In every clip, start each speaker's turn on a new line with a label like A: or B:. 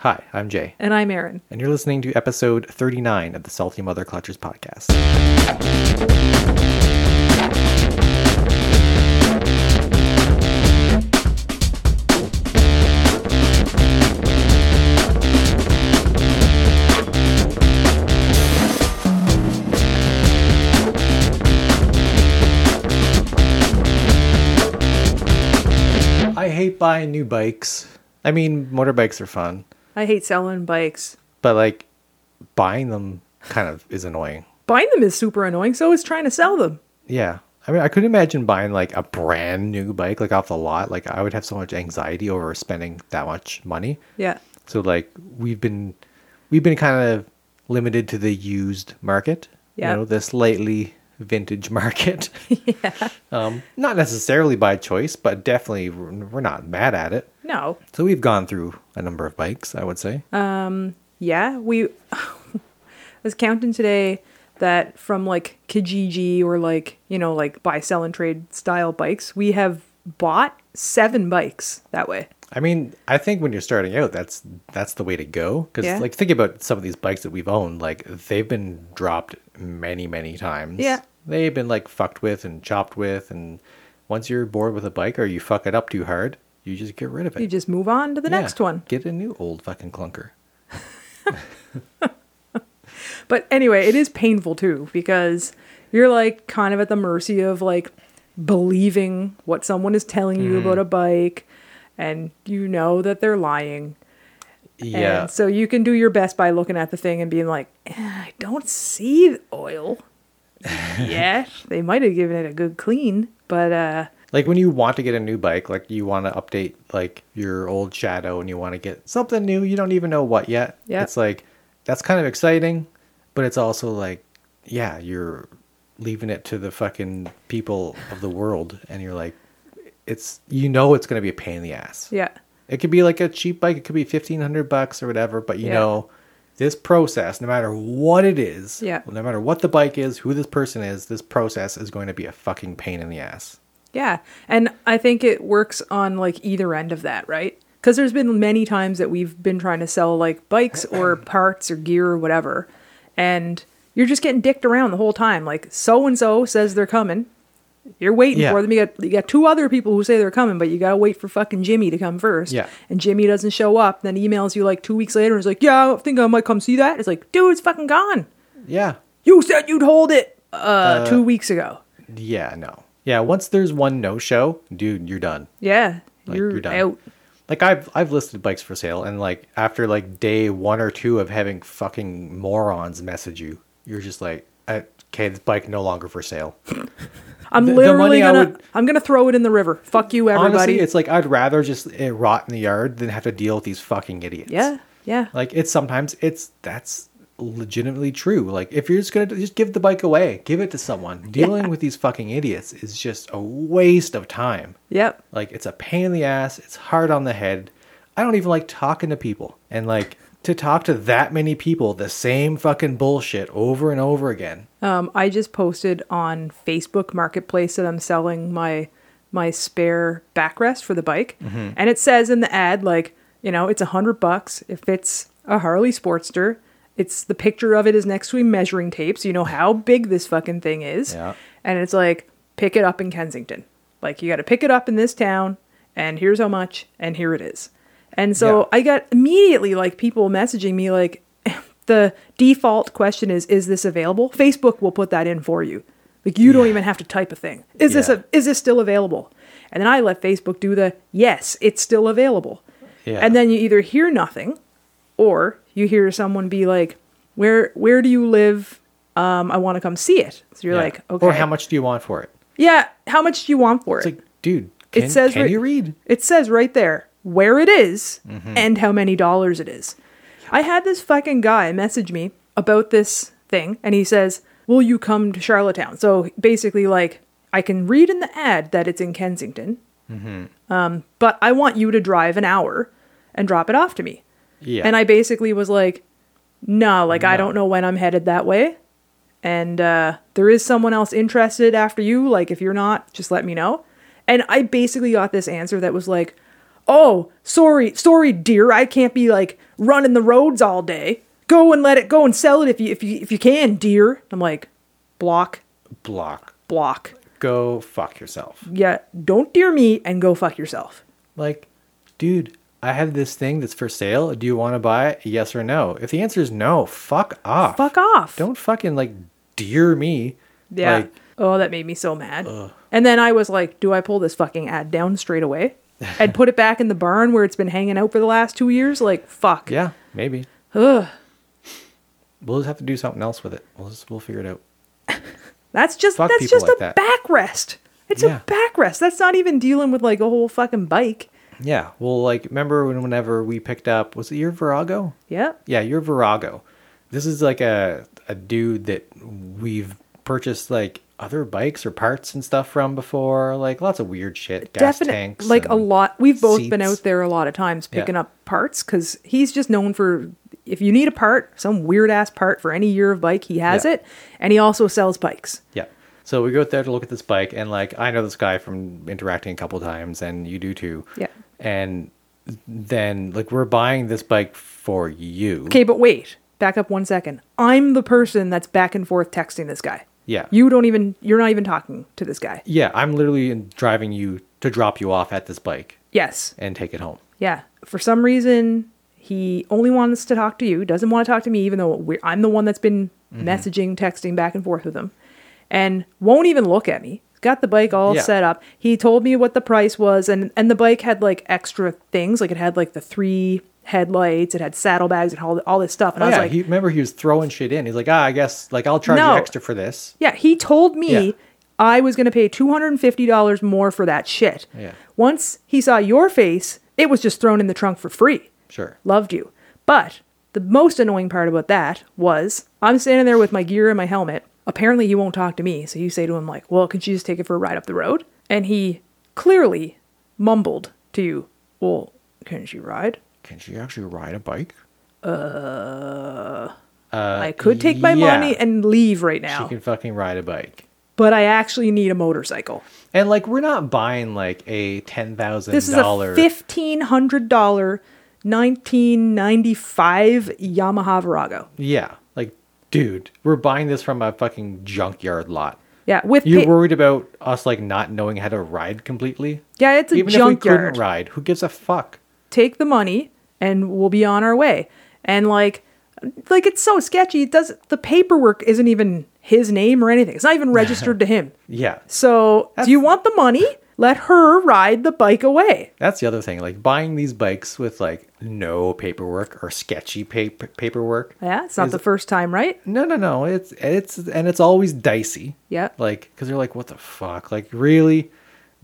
A: Hi, I'm Jay,
B: And I'm Erin.
A: and you're listening to episode 39 of the Salty Mother Clutchers podcast. I hate buying new bikes. I mean, motorbikes are fun,
B: I hate selling bikes.
A: but like buying them kind of is annoying.
B: Buying them is super annoying, so is trying to sell them.
A: Yeah. I mean, I could imagine buying like a brand new bike, like off the lot. Like, I would have so much anxiety over spending that much money.
B: Yeah.
A: So, like, we've been, we've been kind of limited to the used market.
B: Yeah.
A: You know, the slightly vintage market. yeah. Um, not necessarily by choice, but definitely we're we're not mad at it.
B: No.
A: So we've gone through a number of bikes, I would say.
B: Yeah, we I was counting today that from like Kijiji or like, you know, like buy sell and trade style bikes, we have bought 7 bikes that way.
A: I mean, I think when you're starting out, that's that's the way to go. Because
B: Yeah.
A: like, think about some of these bikes that we've owned. Like they've been dropped many, many times.
B: Yeah.
A: they've been like fucked with and chopped with, and once you're bored with a bike or you fuck it up too hard, you just get rid of it.
B: You just move on to the
A: Yeah.
B: next one.
A: Get a new old fucking clunker.
B: But anyway, it is painful too because you're like kind of at the mercy of like believing what someone is telling you about a bike and you know that they're lying.
A: Yeah.
B: And so you can do your best by looking at the thing and being like, "Eh, I don't see the oil. yeah, they might have given it a good clean, but uh
A: like when you want to get a new bike like you want to update like your old shadow and you want to get something new you don't even know what yet
B: Yeah.
A: it's like that's kind of exciting but it's also like yeah you're leaving it to the fucking people of the world and you're like it's you know it's going to be a pain in the ass
B: yeah.
A: it could be like a cheap bike it could be 1500 bucks or whatever but you
B: Yeah.
A: know this process no matter what it is
B: Yeah.
A: no matter what the bike is who this person is this process is going to be a fucking pain in the ass
B: Yeah. And I think it works on like either end of that, right? Because there's been many times that we've been trying to sell like bikes or parts or gear or whatever. And you're just getting dicked around the whole time. Like so and so says they're coming. You're waiting
A: Yeah.
B: for them. You got you got two other people who say they're coming, but you gotta wait for fucking Jimmy to come first.
A: Yeah.
B: And Jimmy doesn't show up, then emails you like two weeks later and is like, Yeah, I think I might come see that. It's like, dude, it's fucking gone.
A: yeah
B: You said you'd hold it uh, two weeks ago.
A: Yeah, no. Yeah, once there's one no show, dude, you're done.
B: Yeah.
A: Like
B: you're,
A: you're, done.
B: out.
A: Like I've I've listed bikes for sale and like after like day one or two of having fucking morons message you, you're just like "Uh, okay, this bike no longer for sale.
B: I'm
A: The- the
B: literally
A: money I
B: gonna
A: would-
B: I'm gonna throw it in the river. Fuck you, everybody.
A: Honestly, it's like I'd rather just it rot in the yard than have to deal with these fucking idiots.
B: yeah, yeah,
A: Like it's sometimes it's that's legitimately true. Like if you're just gonna just give the bike away, give it to someone. Dealing with these fucking idiots is just a waste of time.
B: yep.
A: Like it's a pain in the ass. It's hard on the head. I don't even like talking to people. And like to talk to that many people the same fucking bullshit over and over again.
B: Um, I just posted on Facebook Marketplace that I'm selling my my spare backrest for the bike,
A: Mm-hmm.
B: and it says in the ad like you know it's a hundred bucks if it's a Harley Sportster. It's the picture of it is next to a measuring tape, so you know how big this fucking thing is.
A: Yeah.
B: And it's like pick it up in Kensington. Like you got to pick it up in this town, and here's how much, and here it is. And so
A: Yeah.
B: I got immediately like people messaging me like the default question is is this available? Facebook will put that in for you. Like you don't even have to type a thing. Is this
A: Yeah.
B: a, is this still available? And then I let Facebook do the yes, it's still available.
A: Yeah.
B: And then you either hear nothing or you hear someone be like where where do you live? Um, I want to come see it. So you're
A: Yeah.
B: like, okay.
A: Or how much do you want for it?
B: Yeah, how much do you want for
A: It's
B: it?
A: like, dude,
B: It
A: can,
B: says
A: can
B: right-
A: you read? Mm-hmm.
B: It says right there where it is and how many dollars it is. I had this fucking guy message me about this thing and he says, Will you come to Charlottetown? So basically, like, I can read in the ad that it's in Kensington, um, but I want you to drive an hour and drop it off to me.
A: Yeah.
B: And I basically was like, nah, like I don't know when I'm headed that way. And uh, there is someone else interested after you. Like, if you're not, just let me know. And I basically got this answer that was like, oh, sorry, sorry, dear, I can't be like running the roads all day. Go and let it go and sell it if you if you if you can, dear. I'm like, block,
A: Block.
B: block.
A: Go fuck yourself.
B: Yeah, don't dear me and go fuck yourself.
A: Like, dude, I have this thing that's for sale. Do you want to buy it? Yes or no? If the answer is no, fuck off.
B: Fuck off.
A: Don't fucking like dear me.
B: Yeah.
A: Like, uh.
B: oh, that made me so mad. And then I was like, do I pull this fucking ad down straight away and put it back in the barn where it's been hanging out for the last two years? Like, fuck.
A: yeah, maybe. We'll just have to do something else with it. We'll just we'll figure it out.
B: That's just
A: Fuck
B: that's
A: people
B: just
A: like
B: a
A: that.
B: backrest. It's
A: Yeah.
B: a backrest. That's not even dealing with like a whole fucking bike.
A: Yeah. Well, like remember when whenever we picked up was it your Virago?
B: Yep.
A: Yeah, your Virago. This is like a a dude that we've purchased like other bikes or parts and stuff from before, like lots of weird shit, gas
B: Definitely,
A: tanks,
B: like a
A: and-
B: lot. We've both been
A: seats.
B: out there a lot of times
A: Yeah.
B: picking up parts because he's just known for if you need a part, some weird ass part for any year of bike, he has
A: Yeah.
B: it, and he also sells bikes.
A: Yeah. So we go out there to look at this bike, and like I know this guy from interacting a couple times, and you do too.
B: Yeah.
A: And then like we're buying this bike for you.
B: Okay, but wait, back up one second. I'm the person that's back and forth texting this guy.
A: Yeah.
B: You don't even. You're not even talking to this guy.
A: Yeah, I'm literally driving you to drop you off at this bike
B: Yes.
A: and take it home.
B: Yeah. For some reason, he only wants to talk to you, doesn't want to talk to me, even though we're, I'm the one that's been
A: Mm-hmm.
B: messaging, texting back and forth with him, and won't even look at me. He's Got the bike all
A: Yeah.
B: set up. He told me what the price was, and, and the bike had like extra things. Like it had like the three headlights, it had saddlebags, it had all, all this stuff. And
A: Oh,
B: I was
A: yeah,
B: like,
A: he, remember he was throwing shit in. He's like, ah, I guess like I'll charge
B: No.
A: you extra for this.
B: Yeah, he told me
A: Yeah.
B: I was going to pay $250 more for that shit.
A: Yeah.
B: Once he saw your face, it was just thrown in the trunk for free.
A: Sure.
B: Loved you. But the most annoying part about that was I'm standing there with my gear and my helmet. Apparently, he won't talk to me. So you say to him, like, well, can you just take it for a ride up the road? And he clearly mumbled to you, well, can she ride?
A: Can she actually ride a bike?
B: I could take my
A: Uh, yeah.
B: money and leave right
A: She
B: now,
A: can fucking ride a bike.
B: but I actually need a motorcycle.
A: And like we're not buying like a ten thousand
B: This is
A: dollar.
B: a fifteen hundred dollar, nineteen ninety five Yamaha Virago.
A: Yeah, like dude, we're buying this from a fucking junkyard lot.
B: Yeah, with
A: You're
B: pa-
A: worried about us like not knowing how to ride completely?
B: yeah, it's a
A: Even if we
B: junkyard.
A: couldn't ride, who gives a fuck?
B: Take the money, and we'll be on our way. And like, like it's so sketchy. It does the paperwork isn't even his name or anything. It's not even registered to him.
A: Yeah.
B: So, do you want the money? Let her ride the bike away.
A: That's the other thing. Like buying these bikes with like no paperwork or sketchy pa- paperwork.
B: Yeah, it's not
A: is-
B: the first time, right?
A: No, no, no. It's it's and it's always dicey.
B: Yeah.
A: Like cuz they're like what the fuck? Like really?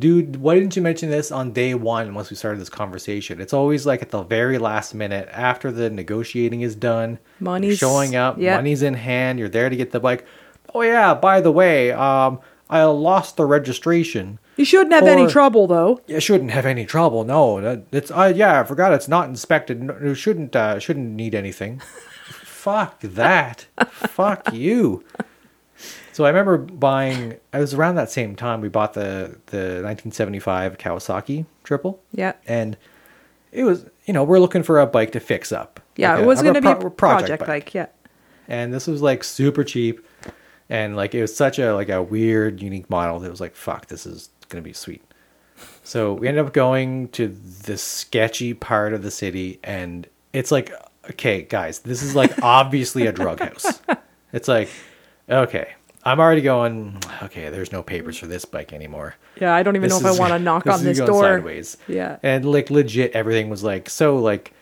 A: Dude, why didn't you mention this on day 1 once we started this conversation? It's always like at the very last minute after the negotiating is done. you're
B: Money's-
A: showing up,
B: yeah.
A: money's in hand, you're there to get the bike. Oh yeah, by the way, um I lost the registration.
B: You shouldn't have any
A: Or-
B: trouble though.
A: You shouldn't have any trouble. No, that- it's uh, yeah, I forgot it's not inspected. No, You shouldn't uh, shouldn't need anything. Fuck that. Fuck you. So I remember buying. I was around that same time we bought the the 1975 Kawasaki triple.
B: Yeah.
A: and it was you know we're looking for a bike to fix up.
B: Yeah,
A: Like
B: it
A: a-
B: was
A: a
B: going to be
A: pro-
B: a project bike. Yeah.
A: and this was like super cheap and like it was such a like a weird unique model that was like fuck this is gonna be sweet so we ended up going to the sketchy part of the city and it's like okay guys this is like obviously a drug house it's like okay i'm already going okay there's no papers for this bike anymore
B: Yeah, I don't even know if
A: this
B: I
A: is-
B: want to knock on
A: is
B: this
A: going
B: door.
A: sideways.
B: Yeah.
A: and like legit, everything was like so like.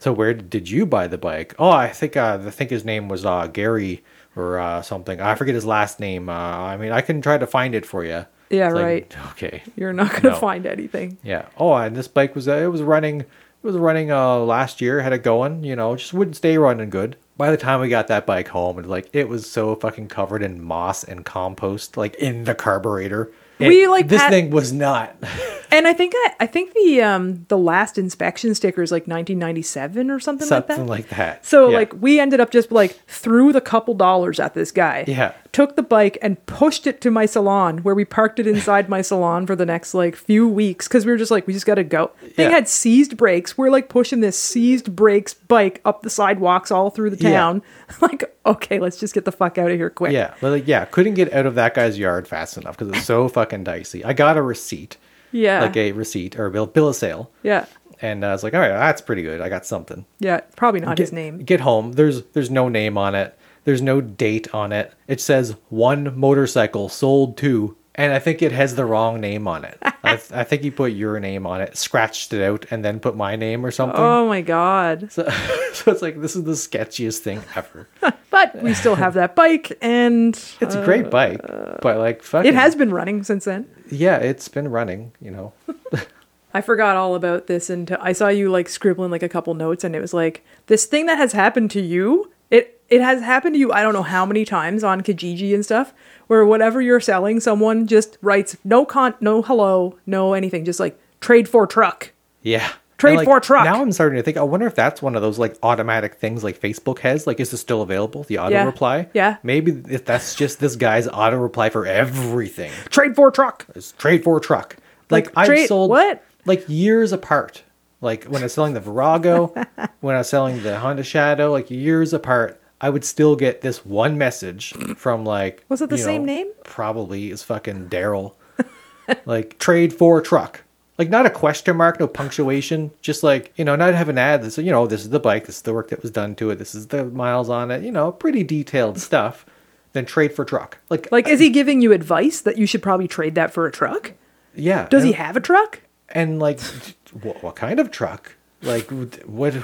A: So where did you buy the bike? Oh, I think uh, I think his name was uh, Gary or uh, something. I forget his last name. Uh, I mean, I can try to find it for you.
B: Yeah,
A: It's like,
B: right.
A: okay.
B: You're not going to
A: No.
B: find anything.
A: Yeah. Oh, and this bike was uh, it was running it was running uh last year had it going. You know, just wouldn't stay running good. By the time we got that bike home, and like it was so fucking covered in moss and compost, like in the carburetor. It-
B: We, like,
A: this
B: pat-
A: thing was not.
B: And I think I, I think the um the last inspection sticker is like 1997 or something, like
A: something
B: that.
A: like that.
B: so
A: Yeah.
B: like we ended up just like threw the couple dollars at this guy.
A: Yeah.
B: took the bike and pushed it to my salon where we parked it inside my salon for the next like few weeks because we were just like, we just got to go.
A: Yeah.
B: Thing had seized brakes. We're like pushing this seized brakes bike up the sidewalks all through the
A: Yeah.
B: town. like, okay, let's just get the fuck out of here quick.
A: Yeah, but like, yeah, couldn't get out of that guy's yard fast enough because it's so fucking dicey. I got a receipt,
B: Yeah.
A: like a receipt or a bill, bill of sale,
B: yeah.
A: and I was like, all right, that's pretty good. I got something.
B: Yeah. Probably not
A: Get,
B: his name.
A: Get home. There's there's no name on it. There's no date on it. It says one motorcycle sold to, and I think it has the wrong name on it. I, th- I think he put your name on it, scratched it out, and then put my name or something.
B: Oh my God.
A: So, so it's like this is the sketchiest thing ever.
B: But we still have that bike and
A: It's a great bike, but like fuck.
B: it has been running since then.
A: Yeah, it's been running. You know.
B: I forgot all about this and I saw you like scribbling like a couple notes and it was like this thing that has happened to you. It it has happened to you I don't know how many times on Kijiji and stuff where whatever you're selling someone just writes no con no hello, no anything just like trade for truck.
A: Yeah.
B: Trade
A: And, like,
B: for a truck.
A: Now I'm starting to think. I wonder if that's one of those like automatic things like Facebook has. Like, is this still available? The auto
B: Yeah.
A: reply.
B: Yeah.
A: Maybe if that's just this guy's auto reply for everything.
B: Trade for truck.
A: It's trade for a truck. Like,
B: Like,
A: I've
B: trade-
A: sold
B: what?
A: Like years apart. Like when I was selling the Virago, when I was selling the Honda Shadow, like years apart, I would still get this one message from like.
B: Was it the
A: you
B: same name?
A: Probably is fucking Daryl. like trade for truck. Like not a question mark, no punctuation, just like you know, not have an ad that says you know this is the bike, this is the work that was done to it, this is the miles on it, you know, pretty detailed stuff. Then trade for truck. Like,
B: Like is he giving you advice that you should probably trade that for a truck?
A: yeah.
B: Does he
A: and,
B: have a truck?
A: And like, what, what kind of truck? Like, what?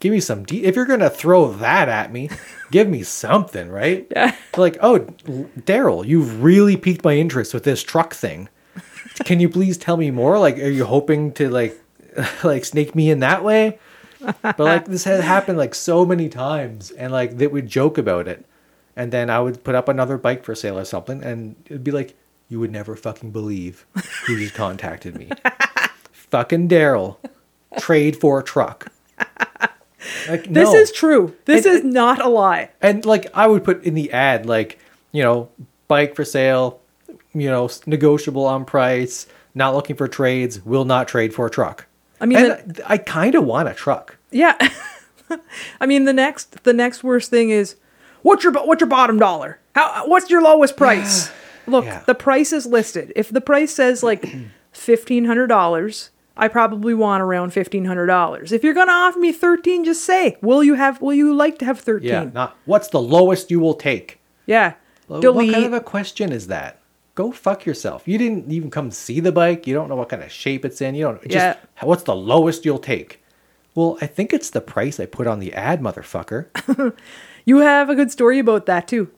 A: Give me some. De- if you're gonna throw that at me, give me something, right? Yeah. Like, oh, Daryl, you've really piqued my interest with this truck thing. Can you please tell me more? Like, are you hoping to like, like snake me in that way? But like, this has happened like so many times, and like that would joke about it, and then I would put up another bike for sale or something, and it'd be like, you would never fucking believe who just contacted me fucking Daryl, trade for a truck. Like,
B: This
A: no.
B: is true. This
A: And-
B: is not a lie.
A: And like, I would put in the ad, like, you know, bike for sale, you know, s- negotiable on price, not looking for trades, will not trade for a truck.
B: I mean,
A: and I, I kind of want a truck.
B: Yeah. I mean the next the next worst thing is what's your bo- what's your bottom dollar? How what's your lowest price? Look,
A: Yeah.
B: the price is listed. If the price says like $1500, I probably want around $1500. If you're going to offer me 13, just say, "Will you have will you like to have 13?"
A: Yeah. Not what's the lowest you will take?
B: Yeah.
A: Well,
B: Delete.
A: What kind of a question is that? Go fuck yourself. You didn't even come see the bike. You don't know what kind of shape it's in. You don't just
B: Yeah.
A: what's the lowest you'll take? Well, I think it's the price I put on the ad, motherfucker.
B: you have a good story about that too.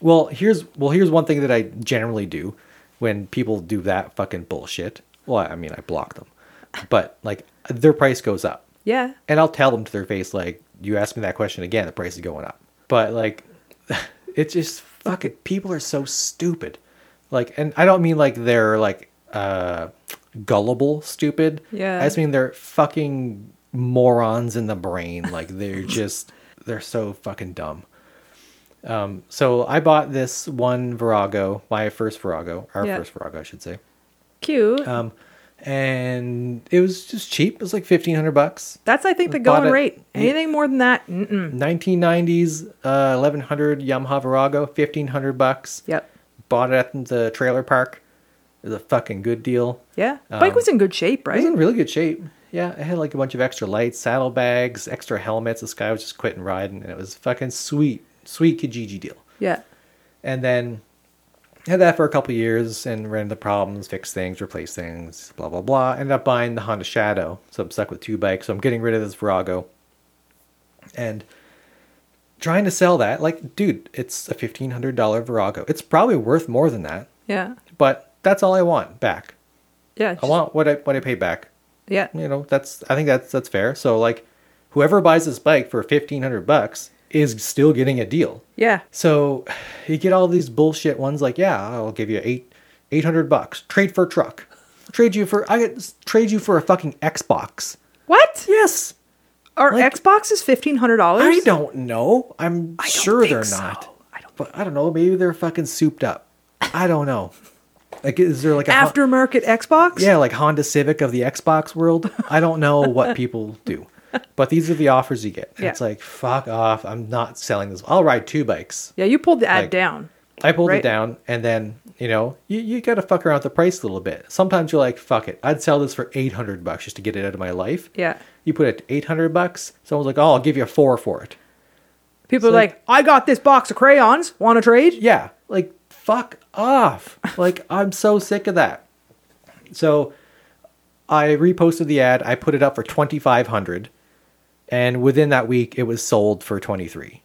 A: well, here's well, here's one thing that I generally do when people do that fucking bullshit. Well, I mean, I block them. But like their price goes up.
B: Yeah.
A: And I'll tell them to their face like, "You asked me that question again, the price is going up." But like it's just fucking people are so stupid like and i don't mean like they're like uh gullible stupid
B: Yeah.
A: i just mean they're fucking morons in the brain like they're just they're so fucking dumb um so i bought this one virago my first virago our
B: Yeah.
A: first virago i should say
B: Cute.
A: um and it was just cheap it was like 1500 bucks
B: That's I think the
A: bought
B: going
A: it-
B: rate. Anything more than that? Mm-mm.
A: 1990s Hmm. uh 1100 yamaha virago 1500 bucks
B: Yep.
A: bought it at the trailer park. It was a fucking good deal.
B: Yeah. Bike
A: Um,
B: was in good shape,
A: It was
B: right?
A: in really good shape. Yeah, it had like a bunch of extra lights, saddlebags, extra helmets. This guy was just quitting riding, and it was fucking sweet, sweet Kijiji deal.
B: Yeah.
A: And then had that for a couple years and ran into problems, fixed things, replaced things, blah blah blah. Ended up buying the Honda Shadow, so I'm stuck with two bikes. So I'm getting rid of this Virago, and trying to sell that. Like, dude, it's a fifteen hundred dollar Virago. It's probably worth more than that
B: Yeah.
A: but that's all I want back.
B: Yeah.
A: I
B: just-
A: want what I what I paid back.
B: Yeah.
A: You know, that's I think that's that's fair. So like, whoever buys this bike for fifteen hundred bucks is still getting a deal.
B: Yeah.
A: So you get all these bullshit ones like, yeah, I'll give you eight eight hundred bucks. Trade for a truck. Trade you for I get trade you for a fucking Xbox.
B: What?
A: Yes.
B: Our
A: Like-
B: Xbox is fifteen hundred dollars.
A: I don't know. I'm sure they're not.
B: I don't
A: but I don't know. Maybe they're fucking souped up. I don't know. Like, is there like a Hon-
B: Aftermarket Xbox?
A: yeah, like Honda Civic of the Xbox world? I don't know what people do, but these are the offers you get. And
B: Yeah.
A: It's like fuck off. I'm not selling this. I'll ride two bikes.
B: Yeah, you pulled the ad
A: Like-
B: down.
A: I pulled
B: Right.
A: it down, and then you know you, you got to fuck around with the price a little bit. Sometimes you're like, fuck it, I'd sell this for eight hundred bucks just to get it out of my life.
B: Yeah.
A: You put it eight hundred bucks. Someone's like, oh, I'll give you a four for it.
B: People are
A: like-
B: like, I got this box of crayons. Want to trade?
A: Yeah, like fuck off. like I'm so sick of that. So I reposted the ad. I put it up for twenty five hundred, and within that week, it was sold for twenty three.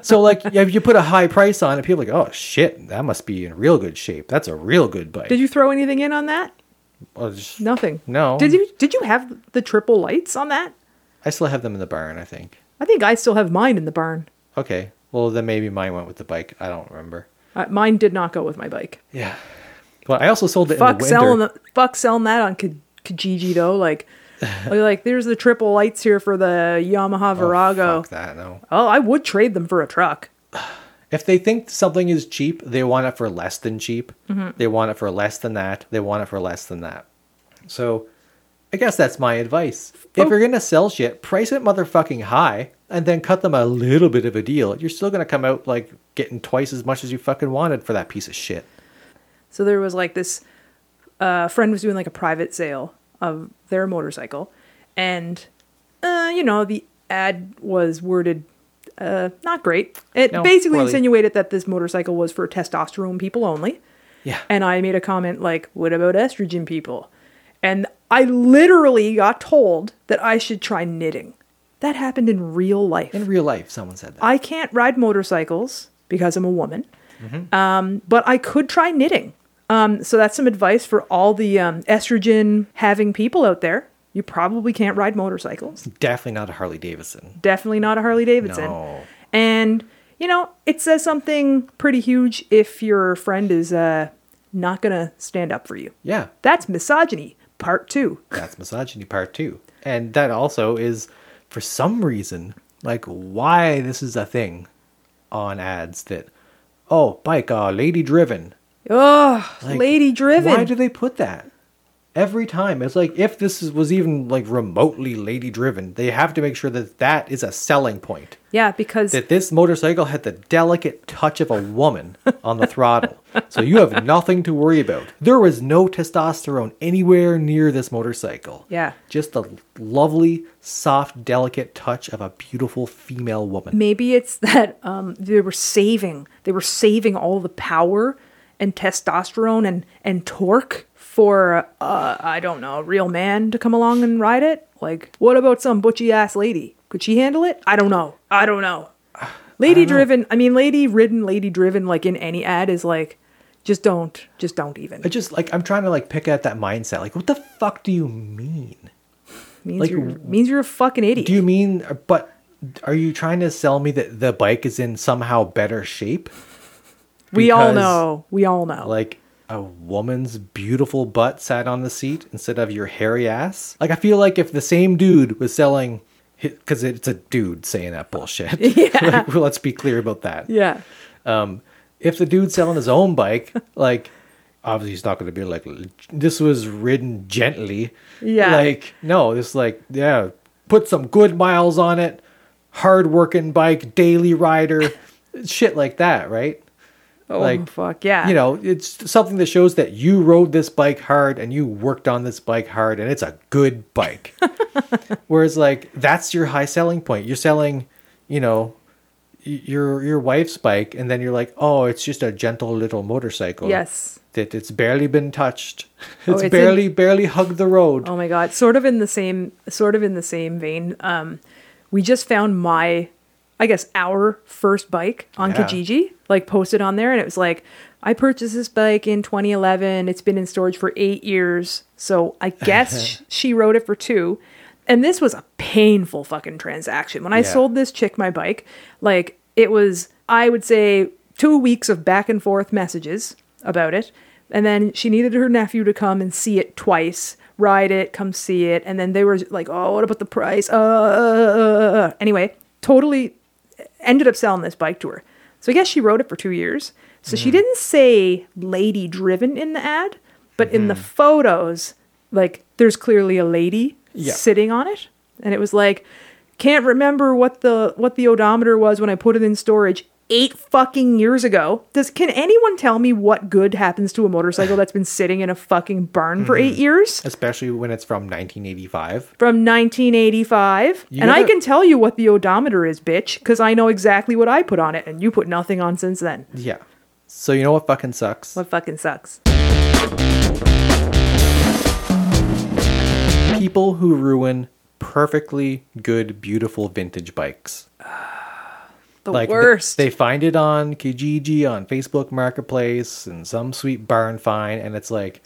A: so like if you put a high price on it, people are like, oh shit, that must be in real good shape. That's a real good bike.
B: Did you throw anything in on that?
A: Well, just-
B: Nothing.
A: No.
B: Did you Did you have the triple lights on that?
A: I still have them in the barn. I think.
B: I think I still have mine in the barn.
A: Okay. Well, then maybe mine went with the bike. I don't remember.
B: Uh, mine did not go with my bike.
A: Yeah. Well, I also sold it in
B: Fuck
A: the winter.
B: selling the, fuck selling that on K- Kijiji though. Like, like, like, there's the triple lights here for the Yamaha
A: Oh,
B: Virago.
A: fuck that no.
B: Oh, I would trade them for a truck.
A: If they think something is cheap, they want it for less than cheap. They want it for less than that. They want it for less than that. So I guess that's my advice. If
B: Oh.
A: you're going to sell shit, price it motherfucking high and then cut them a little bit of a deal. You're still going to come out like getting twice as much as you fucking wanted for that piece of shit.
B: So there was like this uh, friend was doing like a private sale of their motorcycle, and uh, you know the ad was worded uh, not great. It
A: No,
B: basically
A: poorly.
B: insinuated that this motorcycle was for testosterone people only.
A: Yeah.
B: And I made a comment like, "What about estrogen people?" And I literally got told that I should try knitting. That happened in real life.
A: In real life, someone said that.
B: I can't ride motorcycles because I'm a woman,
A: Mm-hmm.
B: um, but I could try knitting. Um, so that's some advice for all the um, estrogen having people out there. You probably can't ride motorcycles.
A: Definitely not a Harley Davidson.
B: Definitely not a Harley Davidson.
A: No.
B: And you know, it says something pretty huge if your friend is uh, not gonna stand up for you.
A: Yeah.
B: That's misogyny, part two.
A: That's misogyny part two. And that also is, for some reason, like why this is a thing on ads that, oh, bike, uh, lady driven.
B: Oh,
A: Like,
B: lady driven.
A: Why do they put that? Every time. It's like if this is, was even like remotely lady driven, they have to make sure that that is a selling point.
B: yeah, because
A: That this motorcycle had the delicate touch of a woman on the throttle. So you have nothing to worry about. There was no testosterone anywhere near this motorcycle
B: yeah,
A: just the lovely, soft, delicate touch of a beautiful female woman.
B: maybe it's that um, they were saving they were saving all the power and testosterone and and torque for uh, I don't know a real man to come along and ride it. Like, what about some butchy ass lady? Could she handle it? I don't know. I don't know. Lady driven. I mean, lady ridden, lady driven. Like in any ad is like, just don't, just don't even.
A: I just like I'm trying to like pick at that mindset. Like, what the fuck do you mean?
B: means
A: like,
B: you're means you're a fucking idiot.
A: Do you mean? But are you trying to sell me that the bike is in somehow better shape?
B: we all
A: because,
B: know. We all know.
A: Like a woman's beautiful butt sat on the seat instead of your hairy ass. Like I feel like if the same dude was selling, because it's a dude saying that bullshit. like, well, let's be clear about that.
B: yeah.
A: Um, if the dude's selling his own bike, like obviously he's not going to be like this was ridden gently.
B: Yeah.
A: Like no, this like yeah, put some good miles on it, hard working bike, daily rider, shit like that, right?
B: Oh
A: like,
B: fuck yeah.
A: You know, it's something that shows that you rode this bike hard and you worked on this bike hard and it's a good bike. Whereas like that's your high selling point. You're selling, you know, y- your your wife's bike and then you're like, "Oh, it's just a gentle little motorcycle."
B: Yes.
A: That it's barely been touched. It's,
B: Oh, it's in-
A: barely barely hugged the road.
B: Oh my god! Sort of in the same, sort of in the same vein. Um, we just found my, I guess our first bike on
A: Yeah.
B: Kijiji, like posted on there, and it was like, I purchased this bike in 2011. It's been in storage for eight years, so I guess sh- she rode it for two. And this was a painful fucking transaction. When I
A: Yeah.
B: sold this chick my bike, like it was, I would say, two weeks of back and forth messages about it. And then she needed her nephew to come and see it twice, ride it, come see it. And then they were like, oh, what about the price? Uh, uh, uh, uh, uh." anyway, uh." totally ended up selling this bike to her. So I guess she rode it for two years. So she didn't say lady driven in the ad, but in the photos, like there's clearly a lady
A: Yeah.
B: sitting on it. And it was like, can't remember what the what the odometer was when I put it in storage eight fucking years ago. Does can anyone tell me what good happens to a motorcycle that's been sitting in a fucking barn for eight years?
A: especially when it's from 1985.
B: from 1985.
A: You
B: and I
A: gotta-
B: can tell you what the odometer is, bitch, because I know exactly what I put on it, and you put nothing on since then.
A: Yeah. So you know what fucking sucks?
B: What fucking sucks.
A: People who ruin perfectly good, beautiful vintage bikes.
B: The
A: Like th-
B: worst.
A: They, find it on Kijiji, on Facebook Marketplace, and some sweet barn find, and it's like,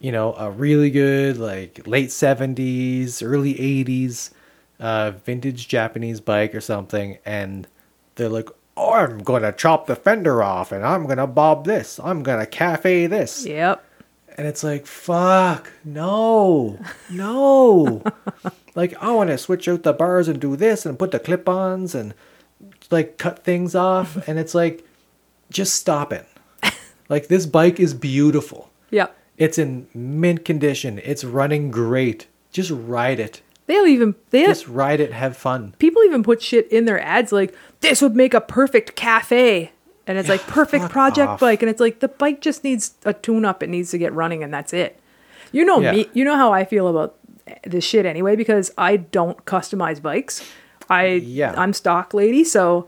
A: you know, a really good like late seventies, early eighties, uh, vintage Japanese bike or something, and they're like, "Oh, I'm gonna chop the fender off, and I'm gonna bob this, I'm gonna cafe this."
B: yep.
A: And it's like, fuck, no, no. like, I want to switch out the bars and do this and put the clip ons and like cut things off. and it's like, just stop it. Like, this bike is beautiful.
B: Yep.
A: It's in mint condition, it's running great. Just ride it.
B: They'll even, they,
A: Just ride it. Have fun.
B: people even put shit in their ads like, this would make a perfect cafe. And it's like, perfect
A: fuck
B: project
A: off.
B: bike. And it's like, the bike just needs a tune up. It needs to get running, and that's it. You know
A: Yeah.
B: me, you know how I feel about this shit anyway, because I don't customize bikes. I,
A: Yeah.
B: I'm stock lady, so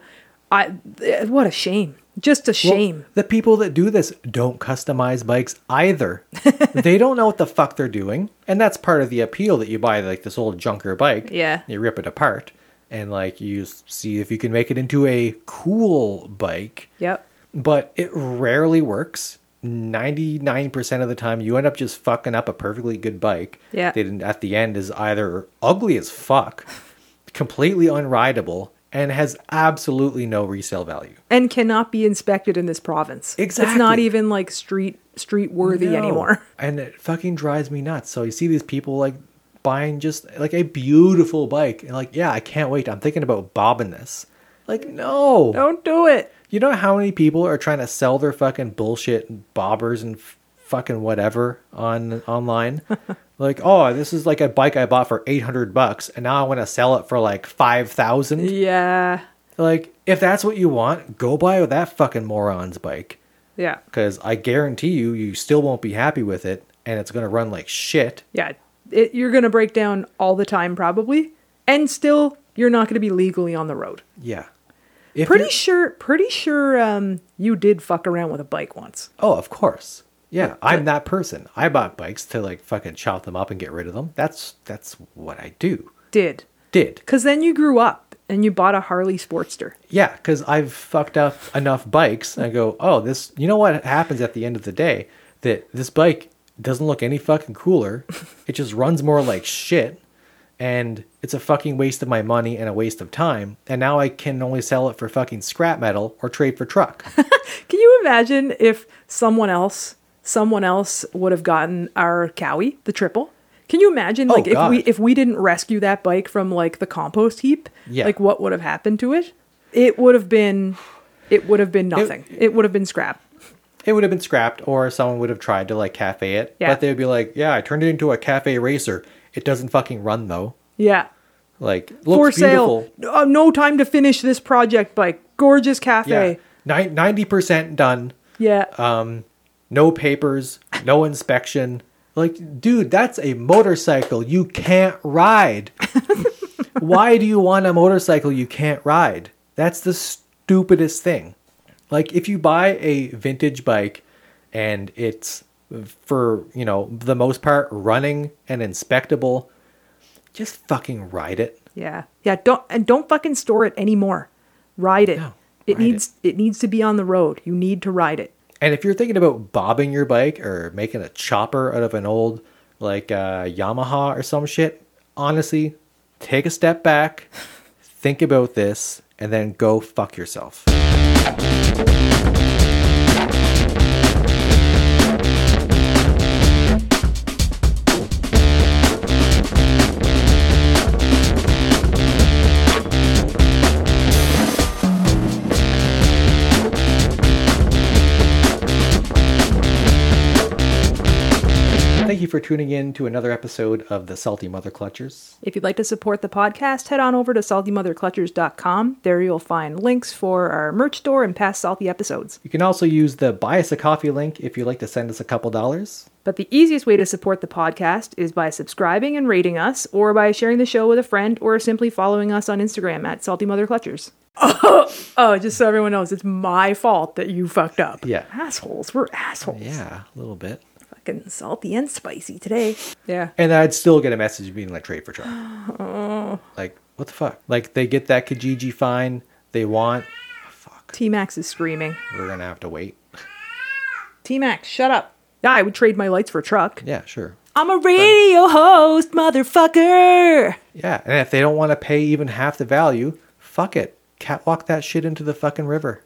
B: I, th- what a shame. Just a
A: Well,
B: shame.
A: the people that do this don't customize bikes either. they don't know what the fuck they're doing. And that's part of the appeal that you buy like this old junker bike.
B: Yeah.
A: You rip it apart and like you s- see if you can make it into a cool bike.
B: yep.
A: But it rarely works. 99% of the time you end up just fucking up a perfectly good bike.
B: Yeah.
A: That in- at the end is either ugly as fuck, completely unrideable, and has absolutely no resale value.
B: And cannot be inspected in this province. It's not
A: Exactly.
B: even like street, street worthy
A: No.
B: anymore.
A: And it fucking drives me nuts. So you see these people like buying just like a beautiful bike and like, yeah, I can't wait. I'm thinking about bobbing this. Like, no.
B: Don't do it.
A: You know how many people are trying to sell their fucking bullshit bobbers and f- fucking whatever on online? like, oh, this is like a bike I bought for 800 bucks and now I want to sell it for like 5,000.
B: Yeah.
A: Like, if that's what you want, go buy that fucking moron's bike
B: Yeah.
A: because I guarantee you, you still won't be happy with it, and it's going to run like shit.
B: Yeah, it, you're going to break down all the time probably, and still you're not going to be legally on the road.
A: Yeah. If
B: Pretty
A: you-
B: sure, pretty sure um, you did fuck around with a bike once.
A: oh, of course. Yeah, I'm that person. I bought bikes to like fucking chop them up and get rid of them. That's that's what I do.
B: Did.
A: Did.
B: Because then you grew up and you bought a Harley Sportster.
A: Yeah, because I've fucked up enough bikes. And I go, oh, this. You know what happens at the end of the day? That this bike doesn't look any fucking cooler. It just runs more like shit, and it's a fucking waste of my money and a waste of time. And now I can only sell it for fucking scrap metal or trade for truck.
B: Can you imagine if someone else, someone else would have gotten our Cowie, the triple? Can you imagine, like, if
A: Oh, God.
B: we if we didn't rescue that bike from like the compost heap,
A: Yeah.
B: like what would have happened to it? It would have been, it would have been nothing. it would have been scrap.
A: it would have been scrapped, or someone would have tried to like cafe it.
B: Yeah.
A: But they would be like, yeah, I turned it into a cafe racer. It doesn't fucking run though.
B: Yeah.
A: Like looks
B: for
A: beautiful.
B: sale. Uh, no time to finish this project bike. Gorgeous
A: Yeah,
B: cafe.
A: ninety percent done.
B: Yeah.
A: um, no papers, no inspection. Like, dude, that's a motorcycle you can't ride. Why do you want a motorcycle you can't ride? That's the stupidest thing. Like, if you buy a vintage bike and it's for, you know, the most part running and inspectable, just fucking ride it.
B: yeah. Yeah. Don't and don't fucking store it anymore. Ride it.
A: No,
B: it
A: ride
B: needs it. needs to be on the road. You need to ride it.
A: And if you're thinking about bobbing your bike or making a chopper out of an old like uh, Yamaha or some shit, honestly, take a step back, think about this, and then go fuck yourself. for tuning in to another episode of the Salty Mother Clutchers.
B: If you'd like to support the podcast, head on over to saltymotherclutchers.com. There you'll find links for our merch store and past salty episodes.
A: You can also use the Buy Us a Coffee link if you'd like to send us a couple dollars.
B: But the easiest way to support the podcast is by subscribing and rating us, or by sharing the show with a friend, or simply following us on Instagram at saltymotherclutchers. oh, just so everyone knows, it's my fault that you fucked up.
A: Yeah.
B: Assholes. We're assholes.
A: Yeah, a little bit.
B: Fucking salty and spicy today. Yeah.
A: And I'd still get a message being like trade for truck.
B: Oh.
A: Like, what the fuck? Like they get that Kijiji fine they want. Fuck.
B: T Max is screaming.
A: We're gonna have to wait.
B: T Max, shut up. Yeah, I would trade my lights for a truck.
A: Yeah, sure.
B: I'm a radio host, motherfucker.
A: Yeah. And if they don't want to pay even half the value, fuck it. Catwalk that shit into the fucking river.